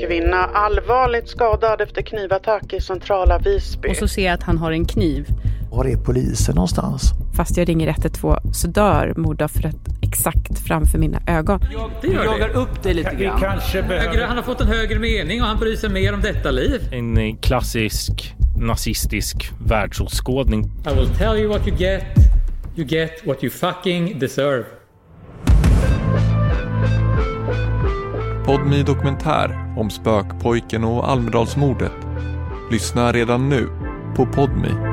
Kvinna allvarligt skadad efter knivattack i centrala Visby. Och så ser jag att han har en kniv. Var är polisen någonstans? Fast jag ringer 112 så dör mordoffret exakt framför mina ögon. Det gör det. upp dig lite Vi kanske Högre, behöver... han har fått en högre mening och han bryr sig mer om detta liv. En eh, klassisk nazistisk världsåskådning. I will tell you what you get. You get what you fucking deserve. Podmi Dokumentär om Spökpojken och Almedalsmordet. Lyssna redan nu på Podmi.